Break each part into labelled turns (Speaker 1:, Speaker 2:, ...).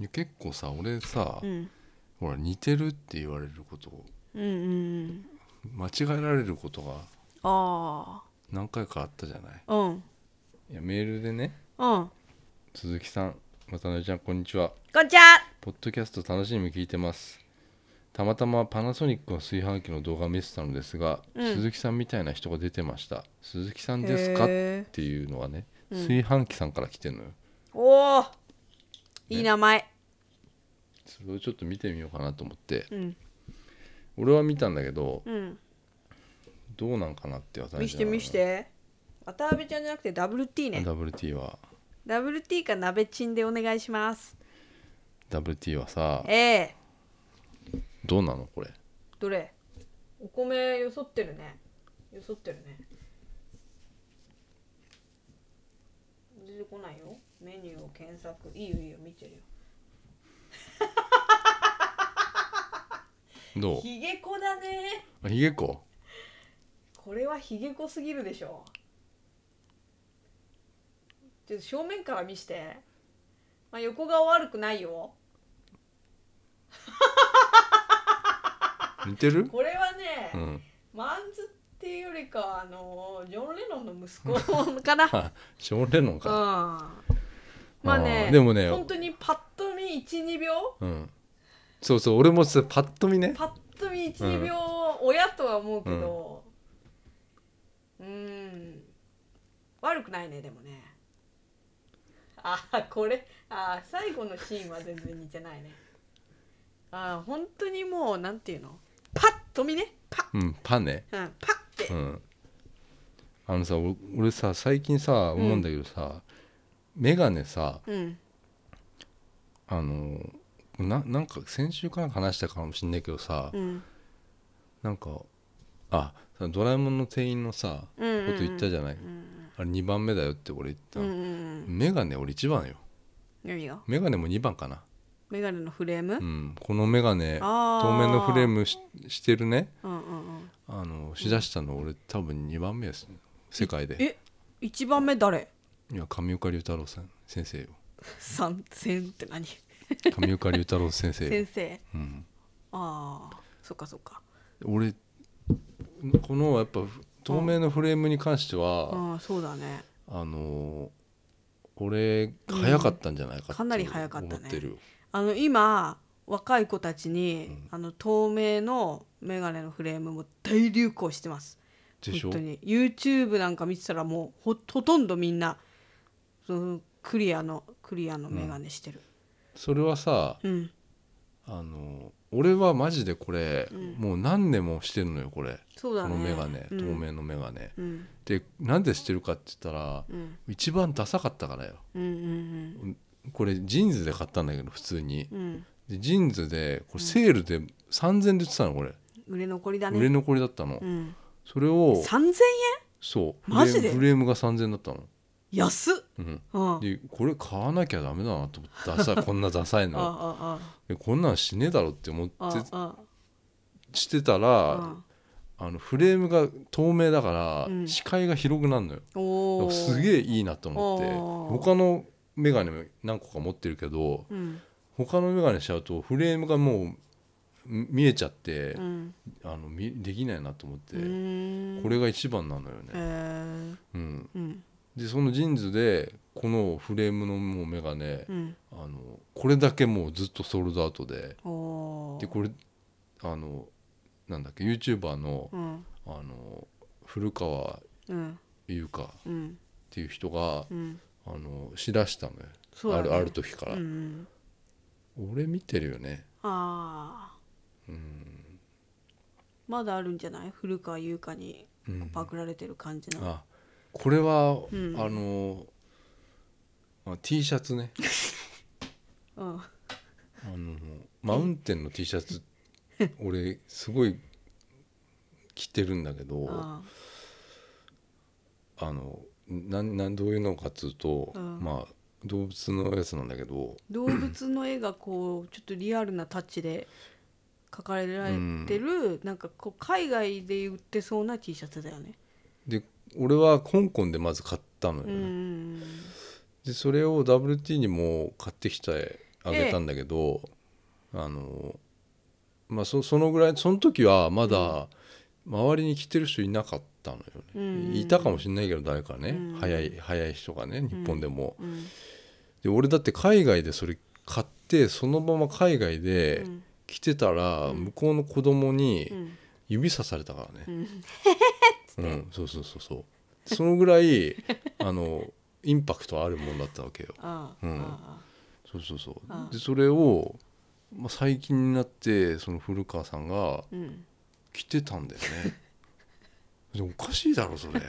Speaker 1: や結構さ俺さ、
Speaker 2: うん
Speaker 1: ほら似てるって言われること
Speaker 2: うんうん
Speaker 1: 間違えられることが
Speaker 2: あ
Speaker 1: 何回かあったじゃない
Speaker 2: あうん
Speaker 1: いやメールでね
Speaker 2: うん
Speaker 1: 鈴木さん渡辺ちゃんこんにちは
Speaker 2: こんにちは
Speaker 1: ポッドキャスト楽しみに聞いてますたまたまパナソニックの炊飯器の動画見せたのですが、
Speaker 2: うん
Speaker 1: 鈴木さんみたいな人が出てました鈴木さんですかっ
Speaker 2: へー
Speaker 1: ていうのはね、
Speaker 2: うん
Speaker 1: 炊飯器さんから来てんのよ
Speaker 2: おおいい名前
Speaker 1: それをちょっと見てみようかなと思って
Speaker 2: うん
Speaker 1: 俺は見たんだけど
Speaker 2: うん
Speaker 1: どうなんかなって私
Speaker 2: 見して見して渡辺ちゃんじゃなくて WT ね
Speaker 1: WT は
Speaker 2: WT か鍋チンでお願いします
Speaker 1: WT はさ
Speaker 2: ええ
Speaker 1: どうなのこれ
Speaker 2: どれお米よそってるねよそってるね出てこないよメニューを検索いいよいいよ見てるよ
Speaker 1: ど
Speaker 2: ヒゲコだね
Speaker 1: うひげこ
Speaker 2: これはヒゲコすぎるでしょちょっと正面から見してまあ横顔悪くないよ
Speaker 1: 似てる
Speaker 2: これはね、
Speaker 1: うん
Speaker 2: マンズっていうよりかはあのジョン・レノンの息子 かな
Speaker 1: あショーン・レノン
Speaker 2: うん
Speaker 1: か
Speaker 2: まあね
Speaker 1: あーでもね
Speaker 2: 本当にパッと見12秒
Speaker 1: うんそうそう俺もさパッと見ね
Speaker 2: パッと見12秒親とは思うけどうんん悪くないねでもねあーこれあー最後のシーンは全然似てないねあー本当にもうなんていうのパッと見ねパ
Speaker 1: うんパね
Speaker 2: ッ、うん、パッて
Speaker 1: うんあのさお俺さ最近さ
Speaker 2: ん
Speaker 1: 思うんだけどさ、メガネさ
Speaker 2: うん
Speaker 1: あのななんか先週から話したかもしんないけどさ、
Speaker 2: うん
Speaker 1: なんかあドラえもんの店員のさ
Speaker 2: うんうんう
Speaker 1: こ
Speaker 2: ん
Speaker 1: と言ったじゃない、
Speaker 2: うん
Speaker 1: あれ2番目だよって俺言った
Speaker 2: うんう
Speaker 1: の、
Speaker 2: んうん
Speaker 1: メガネ俺1番よ
Speaker 2: 何が
Speaker 1: メガネも2番かな、
Speaker 2: メガネのフレーム、
Speaker 1: うん、このメガネ
Speaker 2: あー
Speaker 1: 透明のフレームししてるね
Speaker 2: うんうんうん
Speaker 1: あのしだしたの俺多分2番目です世界で
Speaker 2: え一番目誰
Speaker 1: いや上岡龍太郎さん先生よ
Speaker 2: 三千って何
Speaker 1: 上岡龍太郎先生よ
Speaker 2: 先、生
Speaker 1: うん、
Speaker 2: ああそっかそっか
Speaker 1: 俺このやっぱ透明のフレームに関しては、
Speaker 2: ああそうだね
Speaker 1: あの俺早かったんじゃないかって
Speaker 2: かなり早かったね
Speaker 1: 思ってるよ
Speaker 2: あの今若い子たちに、あの透明のメガネのフレームも大流行してます
Speaker 1: でしょ
Speaker 2: 本当に YouTube なんか見てたらもうほほとんどみんなそのクリアのクリアのメガネしてる
Speaker 1: それはさ
Speaker 2: うん、
Speaker 1: あの俺はマジでこれ、もう何年もしてるのよこれ
Speaker 2: そうだ
Speaker 1: こ
Speaker 2: ね
Speaker 1: のメガネ、
Speaker 2: うん
Speaker 1: 透明のメガネ
Speaker 2: うん
Speaker 1: でなんでしてるかって言ったら、
Speaker 2: うん
Speaker 1: 一番ダサかったからよ
Speaker 2: うんうん
Speaker 1: これジーンズで買ったんだけど普通に
Speaker 2: うんうん
Speaker 1: でジーンズでこれセールで3000で売ってたのこれ、
Speaker 2: 売れ残りだね
Speaker 1: 売れ残りだったの、
Speaker 2: うん、
Speaker 1: それを
Speaker 2: 3000円
Speaker 1: そう
Speaker 2: マジで
Speaker 1: フレームフレームが3000だったの、
Speaker 2: 安っ、
Speaker 1: うん、
Speaker 2: うん、
Speaker 1: でこれ買わなきゃダメだなと思ってダサい こんなダサい
Speaker 2: ああ
Speaker 1: の
Speaker 2: あ
Speaker 1: でこんなんしねえだろって思っ
Speaker 2: ああ
Speaker 1: て
Speaker 2: あ
Speaker 1: してたら、
Speaker 2: あ
Speaker 1: あのフレームが透明だから、
Speaker 2: うん
Speaker 1: 視界が広くなるのよ
Speaker 2: あお
Speaker 1: だ
Speaker 2: お
Speaker 1: からすげえいいなと思
Speaker 2: お
Speaker 1: っ
Speaker 2: ー
Speaker 1: て他のメガネも何個か持ってるけど
Speaker 2: うん
Speaker 1: 他のメガネしちゃうとフレームがもうみ見えちゃって、
Speaker 2: うん
Speaker 1: あのみできないなと思って、
Speaker 2: うーん
Speaker 1: これが一番なのよね、
Speaker 2: へー
Speaker 1: うん、
Speaker 2: うん
Speaker 1: でそのジーンズでこのフレームのもうメガネ、
Speaker 2: うん
Speaker 1: あのこれだけもうずっとソールドアウトで
Speaker 2: おー
Speaker 1: でこれあのなんだっけ YouTuber の,、
Speaker 2: うん
Speaker 1: あの古川
Speaker 2: うん
Speaker 1: 優香っ
Speaker 2: うん
Speaker 1: ていう人が
Speaker 2: うん
Speaker 1: あのしだしたのよ、
Speaker 2: そうだ
Speaker 1: あ
Speaker 2: ね
Speaker 1: るある時から、
Speaker 2: うんうん
Speaker 1: 俺見てるよね
Speaker 2: ああまだあるんじゃない古川優香に
Speaker 1: うん
Speaker 2: パクられてる感じの、
Speaker 1: あこれは、
Speaker 2: ん
Speaker 1: あのあ T シャツね
Speaker 2: うん、
Speaker 1: あのマウンテンの T シャ ツ俺すごい着てるんだけどあ
Speaker 2: あ
Speaker 1: のなんなんどういうのかっつうと、
Speaker 2: うん
Speaker 1: まあ動物のやつなんだけど
Speaker 2: 動物の絵がこうちょっとリアルなタッチで描かれられてる、なんかこう海外で売ってそうな T シャツだよね。
Speaker 1: で俺は香港でまず買ったのよ
Speaker 2: う
Speaker 1: ね、
Speaker 2: ん
Speaker 1: でそれを WT にも買ってきてあげたんだけど、あのまあそそのぐらいその時はまだ周りに来てる人いなかったのよね、
Speaker 2: うん
Speaker 1: いたかもしれないけど誰かね、
Speaker 2: うん
Speaker 1: 早い早い人がね日本でも、
Speaker 2: うん
Speaker 1: で俺だって海外でそれ買ってそのまま海外
Speaker 2: う
Speaker 1: で
Speaker 2: ん
Speaker 1: 来てたら、
Speaker 2: うん
Speaker 1: 向こうの子供に
Speaker 2: うん
Speaker 1: 指さされたからね
Speaker 2: う、ん
Speaker 1: うんそうそうそうそうそのぐらいあのインパクトあるもんだったわけよ
Speaker 2: ああ
Speaker 1: うん
Speaker 2: あ
Speaker 1: そうそうそう
Speaker 2: あ
Speaker 1: でそれを、まあ、最近になってその古川さんが
Speaker 2: あうん
Speaker 1: 来てたんだよ ねでもおかしいだろそれ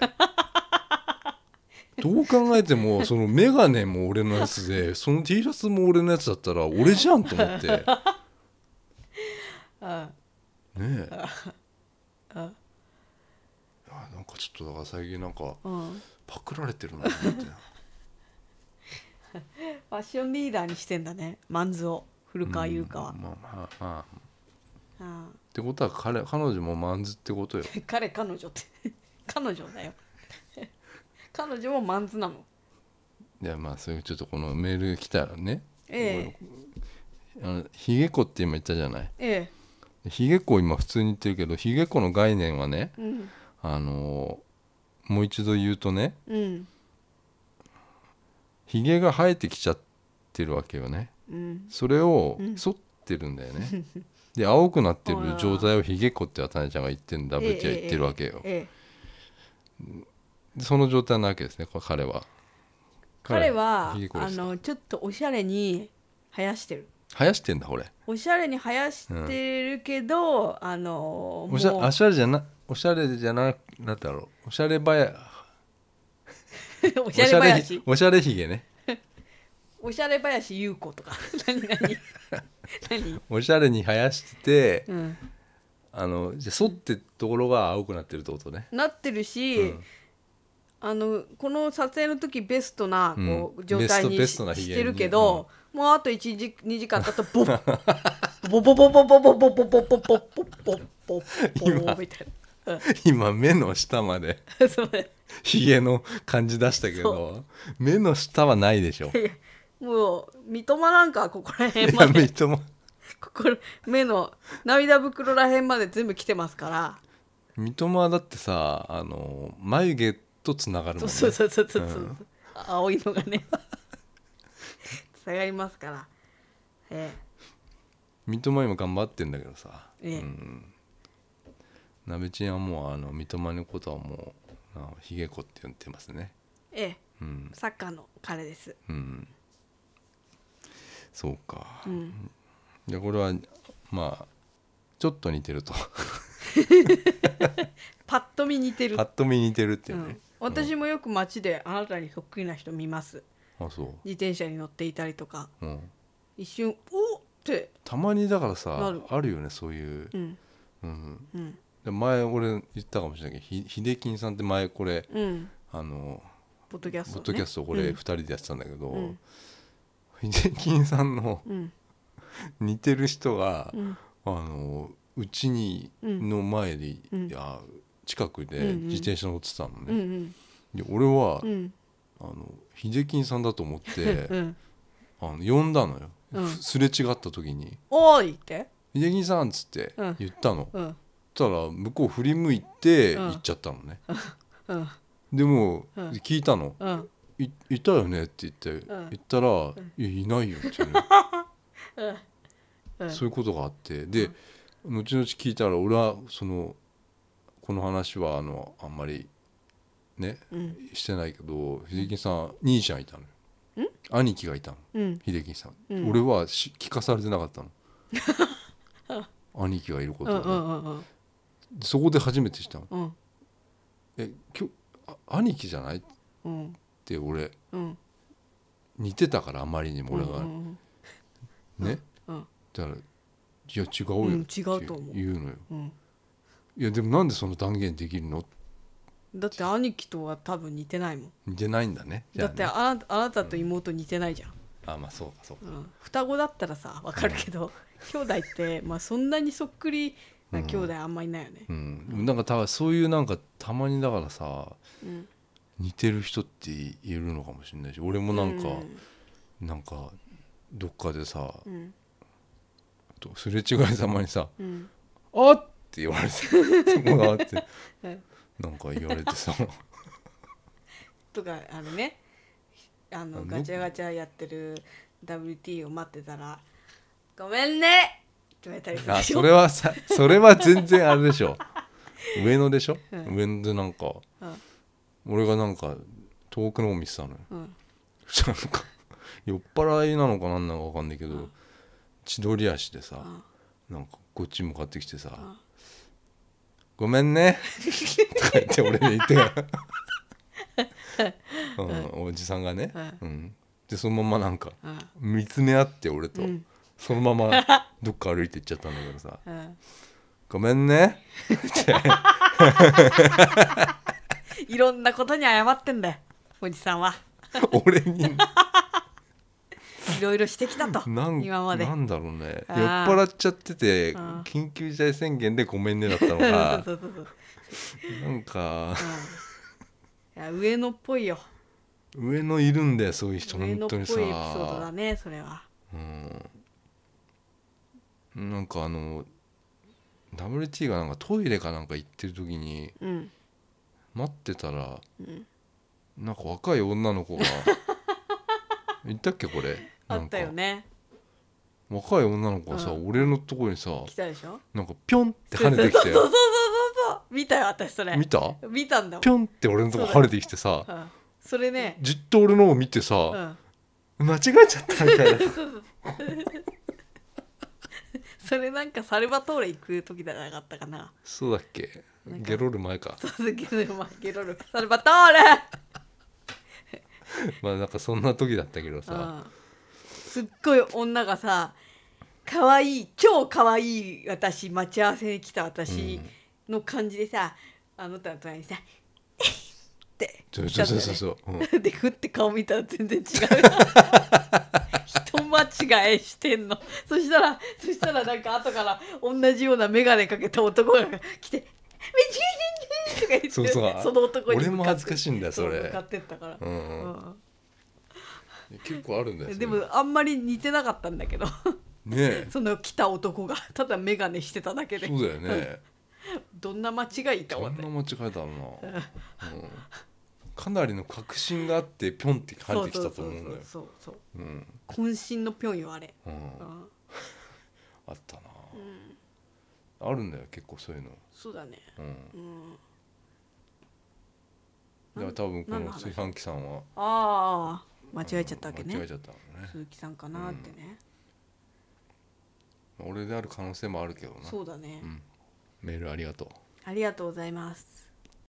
Speaker 1: どう考えてもその眼鏡も俺のやつで その T シャツも俺のやつだったら俺じゃんと思って ね
Speaker 2: あ
Speaker 1: え
Speaker 2: あ
Speaker 1: あなんかちょっとだから最近なんか
Speaker 2: あうん
Speaker 1: パクられてるなと思 ってな
Speaker 2: ファッションリーダーにしてんだねマンズを古川優香は、
Speaker 1: うんまあまあまあ
Speaker 2: あ
Speaker 1: ってことは彼彼女もマンズってことよ
Speaker 2: あ彼彼女って 彼女だよ 彼女もマンズなの
Speaker 1: いやまあそれちょっとこのメール来たらね
Speaker 2: ええ
Speaker 1: あのヒゲ子って今言ったじゃない
Speaker 2: え
Speaker 1: ヒゲ子今普通に言ってるけどヒゲ子の概念はね
Speaker 2: えうん
Speaker 1: あのーもう一度言うとね
Speaker 2: うん
Speaker 1: ヒゲが生えてきちゃってるわけよね
Speaker 2: うん
Speaker 1: それを
Speaker 2: うん
Speaker 1: 剃ってるんだよね、で青くなってる状態をヒゲ子って渡辺ちゃんが言ってんだ
Speaker 2: ええ
Speaker 1: ぶちは言ってるわけよ、
Speaker 2: ええ
Speaker 1: でその状態なわけですねこれ彼は
Speaker 2: 彼は
Speaker 1: ヒゲ子で
Speaker 2: あ
Speaker 1: した
Speaker 2: のちょっとおしゃれに生やしてる
Speaker 1: 生やしてんだこれ
Speaker 2: おしゃれに生やしてるけど、あの
Speaker 1: おしゃ
Speaker 2: もう
Speaker 1: おしゃれじゃなおしゃれじゃななんだろうおしゃればや
Speaker 2: おしゃれ林
Speaker 1: おしゃれひげね
Speaker 2: おしゃれ林優子とか 何何何
Speaker 1: おしゃれに生やしてて、
Speaker 2: うん
Speaker 1: あのじゃあ剃ってところが青くなってるってことね、
Speaker 2: なってるし、
Speaker 1: うん
Speaker 2: あのこの撮影の時ベストなこう、
Speaker 1: うん
Speaker 2: 状態に
Speaker 1: ベ
Speaker 2: し
Speaker 1: ストベストな髭に
Speaker 2: してるけど、もうあと1時2時間経ったらボッボボボボボボボボボボボボボボボボみたいな。うん
Speaker 1: 今目の下まで
Speaker 2: そう
Speaker 1: ひげの感じ出したけど目の下はないでしょい
Speaker 2: もう三笘なんかはここら
Speaker 1: や
Speaker 2: 辺まで
Speaker 1: 三笘
Speaker 2: ここら目の涙袋ら辺まで全部来てますから、
Speaker 1: 三笘はだってさあの眉毛とつながるもん
Speaker 2: そう
Speaker 1: ね
Speaker 2: そうそうそうそうそう、
Speaker 1: うん
Speaker 2: 青いのがね下がりますから、え
Speaker 1: 三笘今頑張ってんだけどさ、
Speaker 2: えええ
Speaker 1: うんなべちんはもうあの三笘のことはもうあひげ子って呼んでますね
Speaker 2: ええ
Speaker 1: うん
Speaker 2: サッカーの彼です。
Speaker 1: うんそうか、
Speaker 2: うん、
Speaker 1: じゃあこれはまあちょっと似てると
Speaker 2: パッと見似てる
Speaker 1: ぱ、っと見似てるっていううね、
Speaker 2: ん、私もよく街であなたにそっくりな人見ます
Speaker 1: あそ
Speaker 2: 自転車に乗っていたりとか
Speaker 1: う、うん、
Speaker 2: 一瞬「おっ!」って
Speaker 1: たまにだから
Speaker 2: な
Speaker 1: さ
Speaker 2: る
Speaker 1: あるよねそういう
Speaker 2: う、ん
Speaker 1: うん、
Speaker 2: うん
Speaker 1: で前俺言ったかもしれないけどひ秀金さんって前これ
Speaker 2: うん
Speaker 1: あの
Speaker 2: ポッドキャスト、
Speaker 1: ポ
Speaker 2: ね、
Speaker 1: ッドキャストこ
Speaker 2: う
Speaker 1: れ
Speaker 2: ん
Speaker 1: 2人でやってたんだけど、
Speaker 2: うん
Speaker 1: 秀金さんの
Speaker 2: うん
Speaker 1: 似てる人が
Speaker 2: う、ん
Speaker 1: あのうちに
Speaker 2: うん
Speaker 1: の前に、
Speaker 2: うん
Speaker 1: いや近くで
Speaker 2: うんうん
Speaker 1: 自転車乗ってたの
Speaker 2: うんうん
Speaker 1: ね、で俺は、
Speaker 2: うん
Speaker 1: あの秀金さんだと思 って
Speaker 2: うん
Speaker 1: あの呼んだのよ、
Speaker 2: うん
Speaker 1: すれ違った時に
Speaker 2: 「おーい!」って
Speaker 1: 「秀金さん」っつって
Speaker 2: うん
Speaker 1: 言ったの、
Speaker 2: うん
Speaker 1: ったら向こう振り向いて
Speaker 2: うん
Speaker 1: 行っちゃったのね、
Speaker 2: うん
Speaker 1: でも
Speaker 2: うん
Speaker 1: 聞いたの
Speaker 2: うん
Speaker 1: 「いいたよね」って言って、
Speaker 2: ん
Speaker 1: 言ったら「いやいないよ」っていうね
Speaker 2: うんう ん
Speaker 1: そういうことがあってで、後々聞いたら俺はそのこの話はあのあんまりね
Speaker 2: うん
Speaker 1: してないけど秀樹さん兄ちゃんいたのよ兄貴がいたの
Speaker 2: うん
Speaker 1: 秀樹さん、
Speaker 2: うん
Speaker 1: 俺はし聞かされてなかったの 兄貴がいるこ
Speaker 2: う
Speaker 1: と
Speaker 2: ん
Speaker 1: を
Speaker 2: う
Speaker 1: ね、
Speaker 2: んうん
Speaker 1: そこで初めて知ったの
Speaker 2: うん
Speaker 1: 「え今日あ兄貴じゃない?」
Speaker 2: うん
Speaker 1: って俺
Speaker 2: うん
Speaker 1: 似てたからあまりにも俺が、
Speaker 2: うん
Speaker 1: ね
Speaker 2: うん
Speaker 1: だから「いや違うよ」
Speaker 2: うん
Speaker 1: って
Speaker 2: 違うと思う
Speaker 1: 言うのよ
Speaker 2: うん
Speaker 1: いやでもなんでその断言できるの
Speaker 2: だって兄貴とは多分似てないもん
Speaker 1: 似てないんだねじゃ
Speaker 2: だ
Speaker 1: あ
Speaker 2: っ
Speaker 1: ね
Speaker 2: てあなあなたと妹似てないじゃん
Speaker 1: あまあそうかそうか
Speaker 2: うん双子だったらさわかるけど、兄弟って、まあ、そんなにそっくりな兄弟あんまいないよね
Speaker 1: う、んなんかたそういうなんかたまにだからさ
Speaker 2: うん
Speaker 1: 似てる人っているのかもしれないし俺もなんか、
Speaker 2: うん
Speaker 1: なんかどっかでさ
Speaker 2: うん
Speaker 1: とすれ違いざまにさ
Speaker 2: うん
Speaker 1: 「あっ!」って言われてそこがあって
Speaker 2: うん
Speaker 1: なんか言われてさ
Speaker 2: とかあのねあ
Speaker 1: あ
Speaker 2: の
Speaker 1: の
Speaker 2: ガチャガチャやってる WT を待ってたら「ごめんね!」って言われたりする
Speaker 1: あ
Speaker 2: でしょ
Speaker 1: それはさそれは全然あれでしょ上野でしょ、
Speaker 2: うん
Speaker 1: 上野でなんか
Speaker 2: うん
Speaker 1: 俺がなんか遠くの方見てたのよ
Speaker 2: うん
Speaker 1: そしたらなんか酔っ払いなのかなんなのか分かんないけど、
Speaker 2: うん
Speaker 1: 千鳥足でさ、
Speaker 2: うん
Speaker 1: なんかこっち向かってきてさ「
Speaker 2: ん
Speaker 1: ごめんね」とか言って俺に言って、うん、おじさんがね、うんでそのままなんか
Speaker 2: うん
Speaker 1: 見つめ合って俺と、
Speaker 2: うん
Speaker 1: そのままどっか歩いて行っちゃったんだけどさ
Speaker 2: うん
Speaker 1: 「ごめんね
Speaker 2: いろんなことに謝ってんだよおじさんは」
Speaker 1: 俺に
Speaker 2: いろいろしてきた と
Speaker 1: なん
Speaker 2: 今まで
Speaker 1: なんだろうね
Speaker 2: あ
Speaker 1: 酔っ
Speaker 2: ー
Speaker 1: 払っちゃってて
Speaker 2: うん
Speaker 1: 緊急事態宣言で「ごめんね」だったの
Speaker 2: そう
Speaker 1: が
Speaker 2: そうそうそう
Speaker 1: なんか
Speaker 2: いや上野っぽいよ
Speaker 1: 上野いるんだよそういう人
Speaker 2: 上野
Speaker 1: 本
Speaker 2: っぽ
Speaker 1: 当
Speaker 2: いエ
Speaker 1: に
Speaker 2: ピソ
Speaker 1: さ
Speaker 2: ードだねそれは
Speaker 1: うんなんかあの WT がなんかトイレかなんか行ってる時に
Speaker 2: うん
Speaker 1: 待ってたら
Speaker 2: うん
Speaker 1: なんか若い女の 子が言ったっけこれ
Speaker 2: あ
Speaker 1: な
Speaker 2: っ
Speaker 1: んか
Speaker 2: たよね
Speaker 1: 若い女の子がさ、
Speaker 2: う
Speaker 1: 俺のとこにさ
Speaker 2: 来たでしょ
Speaker 1: なんかピョンって跳ねてきて
Speaker 2: そうそうそうそうそう見たよ私それ
Speaker 1: 見た
Speaker 2: 見たんだもん
Speaker 1: ピョンって俺のとこ跳ねてきてさ
Speaker 2: うんそれね
Speaker 1: じっと俺のを見て
Speaker 2: う
Speaker 1: さ、
Speaker 2: ん
Speaker 1: 間違えちゃったみ たいな
Speaker 2: それなんかサルバトーレ行く時じゃなかったかな
Speaker 1: そうだっけ
Speaker 2: なんか
Speaker 1: ゲロる前か
Speaker 2: そうゲロマゲロルサルバトーレ
Speaker 1: まあなんかそんな時だったけどさ、
Speaker 2: うんすっごい女がさ可愛い超可愛い私待ち合わせに来た私の感じでさ、あのたの隣にさ「えいっ!」て
Speaker 1: そうそうそうそうそう、うん
Speaker 2: でふって顔見たら 全然違う人間違いしてんのそしたらそしたらなんか後から同じような眼鏡かけた男が来て「めちゃめちゃ」とか言って
Speaker 1: そうそう
Speaker 2: の男に向かって
Speaker 1: 俺も恥ずかしいんだよそれ
Speaker 2: う向かってったから、
Speaker 1: うんうん
Speaker 2: うん
Speaker 1: 結構あるんだよ
Speaker 2: でもあんまり似てなかったんだけど
Speaker 1: ねえ
Speaker 2: その来た男がただ眼鏡してただけで
Speaker 1: そうだよね
Speaker 2: どんな間違いと
Speaker 1: そ
Speaker 2: 思っ
Speaker 1: ん
Speaker 2: て
Speaker 1: な間違えたのな、うん、かなりの確信があってピョンって跳ねてきたと思うんだよ
Speaker 2: そうそうそ
Speaker 1: う
Speaker 2: う
Speaker 1: ん
Speaker 2: そう渾身のぴょんよあれ、
Speaker 1: うん
Speaker 2: うん、
Speaker 1: あったな、あるんだよ結構そういうの、
Speaker 2: そうだね
Speaker 1: うん
Speaker 2: うん
Speaker 1: だから多分こ
Speaker 2: 何の
Speaker 1: の
Speaker 2: 話
Speaker 1: 炊飯器さんは
Speaker 2: ああ間違えちゃったわけ
Speaker 1: 間違え
Speaker 2: ね
Speaker 1: ちゃったのね
Speaker 2: 鈴木さんかなってね、
Speaker 1: 俺である可能性もあるけどな
Speaker 2: そうだね、
Speaker 1: メールありがとう
Speaker 2: ありがとうございます